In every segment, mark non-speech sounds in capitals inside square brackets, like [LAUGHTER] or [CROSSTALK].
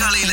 காலையில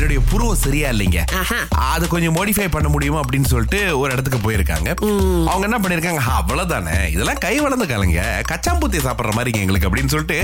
என்னுடைய புருவம் சரியா இல்லைங்க ஆஹா. அது கொஞ்சம் மோடிஃபை பண்ண முடியுமா அப்படின்னு சொல்லிட்டு ஒரு இடத்துக்கு போயிருக்காங்க அவங்க என்ன பண்ணிருக்காங்க அவ்வளவுதானே இதெல்லாம் கை வளர்ந்த காலங்க கச்சாம்பூத்தி சாப்பிடுற மாதிரி எங்களுக்கு அப்படின்னு சொல்லிட்டு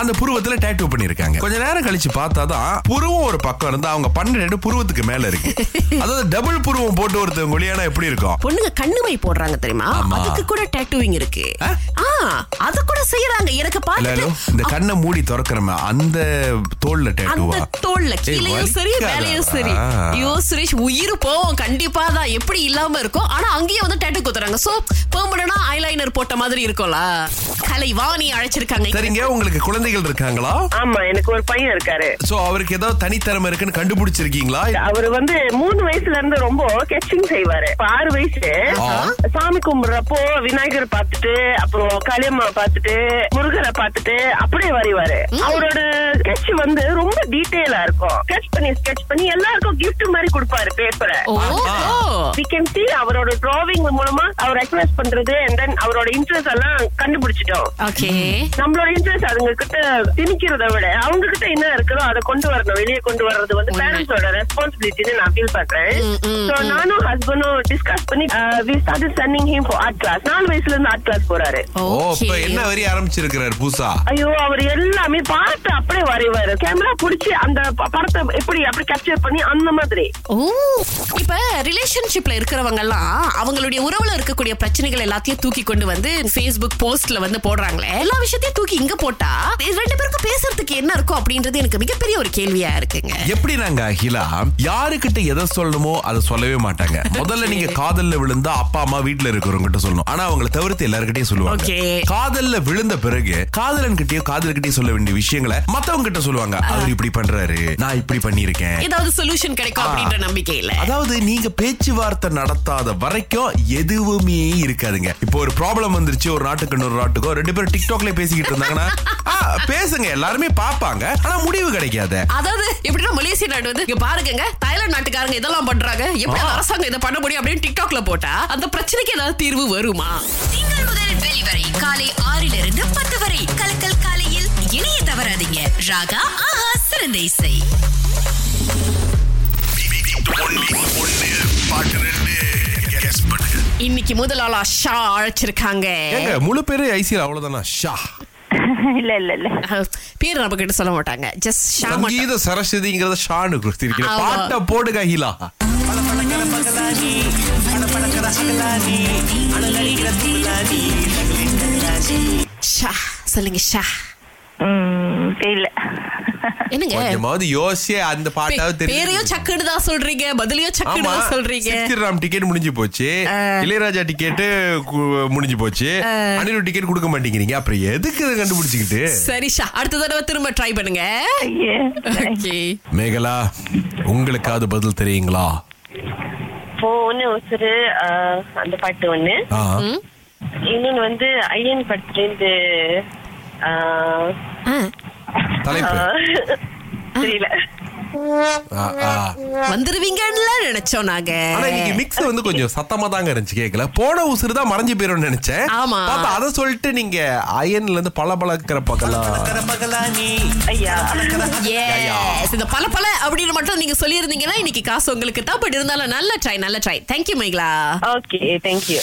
அந்த புருவத்துல டேட்டூ பண்ணிருக்காங்க கொஞ்ச நேரம் கழிச்சு பார்த்தாதான் புருவம் ஒரு பக்கம் இருந்து அவங்க பன்னெண்டு புருவத்துக்கு மேல [LAUGHS] இருக்கு அதாவது டபுள் புருவம் போட்டு ஒருத்தவங்க ஒளியானா எப்படி இருக்கும் பொண்ணுங்க கண்ணுமை போடுறாங்க தெரியுமா ஆமா. அதுக்கு கூட டேட்டூவிங் இருக்கு ஆ? ஆ அத கூட செய்யறாங்க எனக்கு இல்ல பார்த்துட்டு இந்த கண்ணை மூடி திறக்கிறோமே அந்த தோல்ல அந்த டேட்டூவா தோல்ல ஏய், கீழேயும் சரி வலிக்காதா? வேலையும் சரி ஆ. ஐயோ சுரேஷ் உயிர் போவோம் கண்டிப்பா தான் எப்படி இல்லாம இருக்கும் ஆனா அங்கேயே வந்து டேட்டு குத்துறாங்க சோ பெர்மனனா ஐலைனர் போட்ட மாதிரி இருக்கும்ல கலை வாணி அழைச்சிருக்காங்க சரிங்க உங்களுக்கு குழந்தைகள் இருக்காங்களா ஆமா எனக்கு ஒரு பையன் இருக்காரு சோ அவருக்கு ஏதாவது தனித்திறமை இருக்குன்னு கண்டுபிடிச்சிருக்கீங்களா அவரு வந்து மூணு வயசுல இருந்து ரொம்ப கெச்சிங் செய்வாரு இப்ப ஆறு வயசு ஆ. சாமி கும்பிடுறப்போ விநாயகர் பார்த்துட்டு அப்புறம் காளியம்மா பார்த்துட்டு முருகரை பார்த்துட்டு அப்படியே வரைவாரு அவரோட ஸ்கெட்ச் வந்து ரொம்ப டீட்டெயிலா இருக்கும் ஸ்கெட்ச் பண்ணி ஸ்கெட்ச் பண்ணி எல்லாருக்கும் கிஃப்ட் மாதிரி கொடுப்பாரு பேப்பரை oh oh. we can see அவரோட டிராவிங் மூலமா அவர் எக்ஸ்பிரஸ் பண்றது அண்ட் தென் அவரோட இன்ட்ரெஸ்ட் எல்லாம் கண்டுபிடிச்சிட்டோம் ஓகே நம்மளோட இன்ட்ரெஸ்ட் அதுங்க கிட்ட திணிக்கிறத விட அவங்க கிட்ட என்ன இருக்குதோ அதை கொண்டு வரணும் வெளியே கொண்டு வர்றது வந்து உண்மை. பேரண்ட்ஸோட ரெஸ்பான்சிபிலிட்டின்னு நான் ஃபீல் பண்றேன் ம், ம், சோ நானும் ஹஸ்பண்டும் டிஸ்கஸ் பண்ணி uh, we start sending him for art class நாலு வயசுல இருந்து ஆர்ட் கிளாஸ் போறாரு ஓ இப்ப என்ன வரி ஆரம்பிச்சிருக்கிறாரு பூசா ஐயோ அவர் எல்லாமே பார்த்து அப்படியே வரைவாரு கேமரா புடிச்சு அந்த ப- படத்தை எப்படி அப்படி கேப்சர் பண்ணி அந்த மாதிரி ஓ இப்ப ரிலேஷன்ஷிப்ல இருக்கிறவங்க எல்லாம் அவங்களுடைய உறவுல இருக்கக்கூடிய பிரச்சனைகள் எல்லாத்தையும் தூக்கி கொண்டு வந்து Facebook போஸ்ட்ல வந்து போடுறாங்களே எல்லா விஷயத்தையும் தூக்கி இங்க போட்டா இது ரெண்டு பேருக்கும் பேசுறதுக்கு என்ன இருக்கும் அப்படின்றது எனக்கு மிகப்பெரிய ஒரு கேள்வியா இருக்குங்க எப்படி நாங்க அகிலா யாருக்கிட்ட எதை சொல்லணுமோ அதை சொல்லவே மாட்டாங்க முதல்ல நீங்க காதல்ல விழுந்தா அப்பா அம்மா வீட்ல இருக்கிறவங்க கிட்ட சொல்லணும் ஆனா அவங்களை தவிர்த்து எல்லாருக்கிட்டையும் சொல்லுவாங்க Okay. காதல்ல விழுந்த பிறகு காதலன் கிட்டயோ காதல்கிட்டயோ சொல்ல வேண்டிய விஷயங்களை மத்தவங்க கிட்ட சொல்லுவாங்க அவர் இப்படி பண்றாரு நான் இப்படி பண்ணியிருக்கேன் ஏதாவது சொல்யூஷன் கிடைக்கும் அப்படின்ற நம்பிக்கையில அதாவது நீங்க பேச்சுவார்த்தை நடத்தாத வரைக்கும் எதுவுமே இருக்காதுங்க இப்போ ஒரு ப்ராப்ளம் வந்துருச்சு ஒரு நாட்டுக்கு இன்னொரு நாட்டுக்கோ ரெண்டு பேரும் டிக்டாக்ல பேசிக்கிட்டு இருந்தாங்கன்னா ஆ, பேசுங்க எல்லாருமே பாப்பாங்க ஆனா முடிவு கிடைக்காத அதாவது எப்படின்னா மலேசிய நாடு வந்து இங்க பாருங்க தாய்லாந்து நாட்டுக்காரங்க இதெல்லாம் பண்றாங்க எப்படி அந்த அரசாங்கம் இதை பண்ண முடியும் அப்படின்னு டிக்டாக்ல போட்டா அந்த பிரச்சனைக்கு ஏதாவது தீர்வு வருமா திங்கள் முதல் வெளிவரை காலை ஆறிலிருந்து பத்து வரை கலக்கல் காலையில் இணைய தவறாதீங்க ராகா ஆஹா சிறந்த இசை பாட்டு ரெண்டு கெஸ் பண்ணுங்க இன்னைக்கு முதல் ஆளா ஷா அழைச்சிருக்காங்க ஏங்க முழு பேரு ஐசியில் அவ்வளவுதானா ஷா இல்ல இல்ல இல்ல அஹ், பேர் நம்ம கிட்ட சொல்ல மாட்டாங்க ஜஸ்ட் ஷா மட்டும் சங்கீத சரஸ்வதிங்கிறத ஷானு கொடுத்திருக்கீங்க ஆமா. பாட்டை போடுக அகிலா ஷா சொல்லுங்க ஷா தெரியல என்னங்க கொஞ்சமாவது யோசிச்சு அந்த பாட்டாவது பே- பேரையும் சக்குன்னு தான் சொல்றீங்க பதிலையும் சக்குன்னு ஆமா தான் சொல்றீங்க சித்திராம் டிக்கெட் முடிஞ்சு போச்சு இளையராஜா டிக்கெட் முடிஞ்சு போச்சு அனிரு டிக்கெட் கொடுக்க மாட்டேங்கிறீங்க அப்புறம் எதுக்கு இதை கண்டுபிடிச்சுக்கிட்டு சரி ஷா அடுத்த தடவை திரும்ப ட்ரை பண்ணுங்க ஓகே மேகலா உங்களுக்காவது பதில் தெரியுங்களா ஒன்னு ஒரு uh, அந்த பாட்டு ஒண்ணு ஆ. இன்னொன்னு வந்து ஐயன் படத்துல இருந்து ஆஹ், தலைப்பு ஆஹ், [LAUGHS] தெரியல ஆ, ஆ. வந்துருவீங்கன்னு நினைச்சோம் நாங்க ஆனா இன்னைக்கு மிக்ஸ் வந்து கொஞ்சம் சத்தமா தாங்க இருந்துச்சு கேக்கல போன உசுறு தான் மறைஞ்சு போயிரும் நினைச்சேன் ஆமா. பார்த்தா அதை சொல்லிட்டு நீங்க அயன்ல இருந்து பல பழக்கிற பக்கலாம் ஐயா Yes. இந்த பல பல அப்படின்னு மட்டும் நீங்க சொல்லியிருந்தீங்கன்னா இன்னைக்கு காசு உங்களுக்கு தான் பட் இருந்தாலும் நல்ல ட்ரை நல்ல ட்ரை தேங்க்யூ மைங்களா ஓகே தேங்க்யூ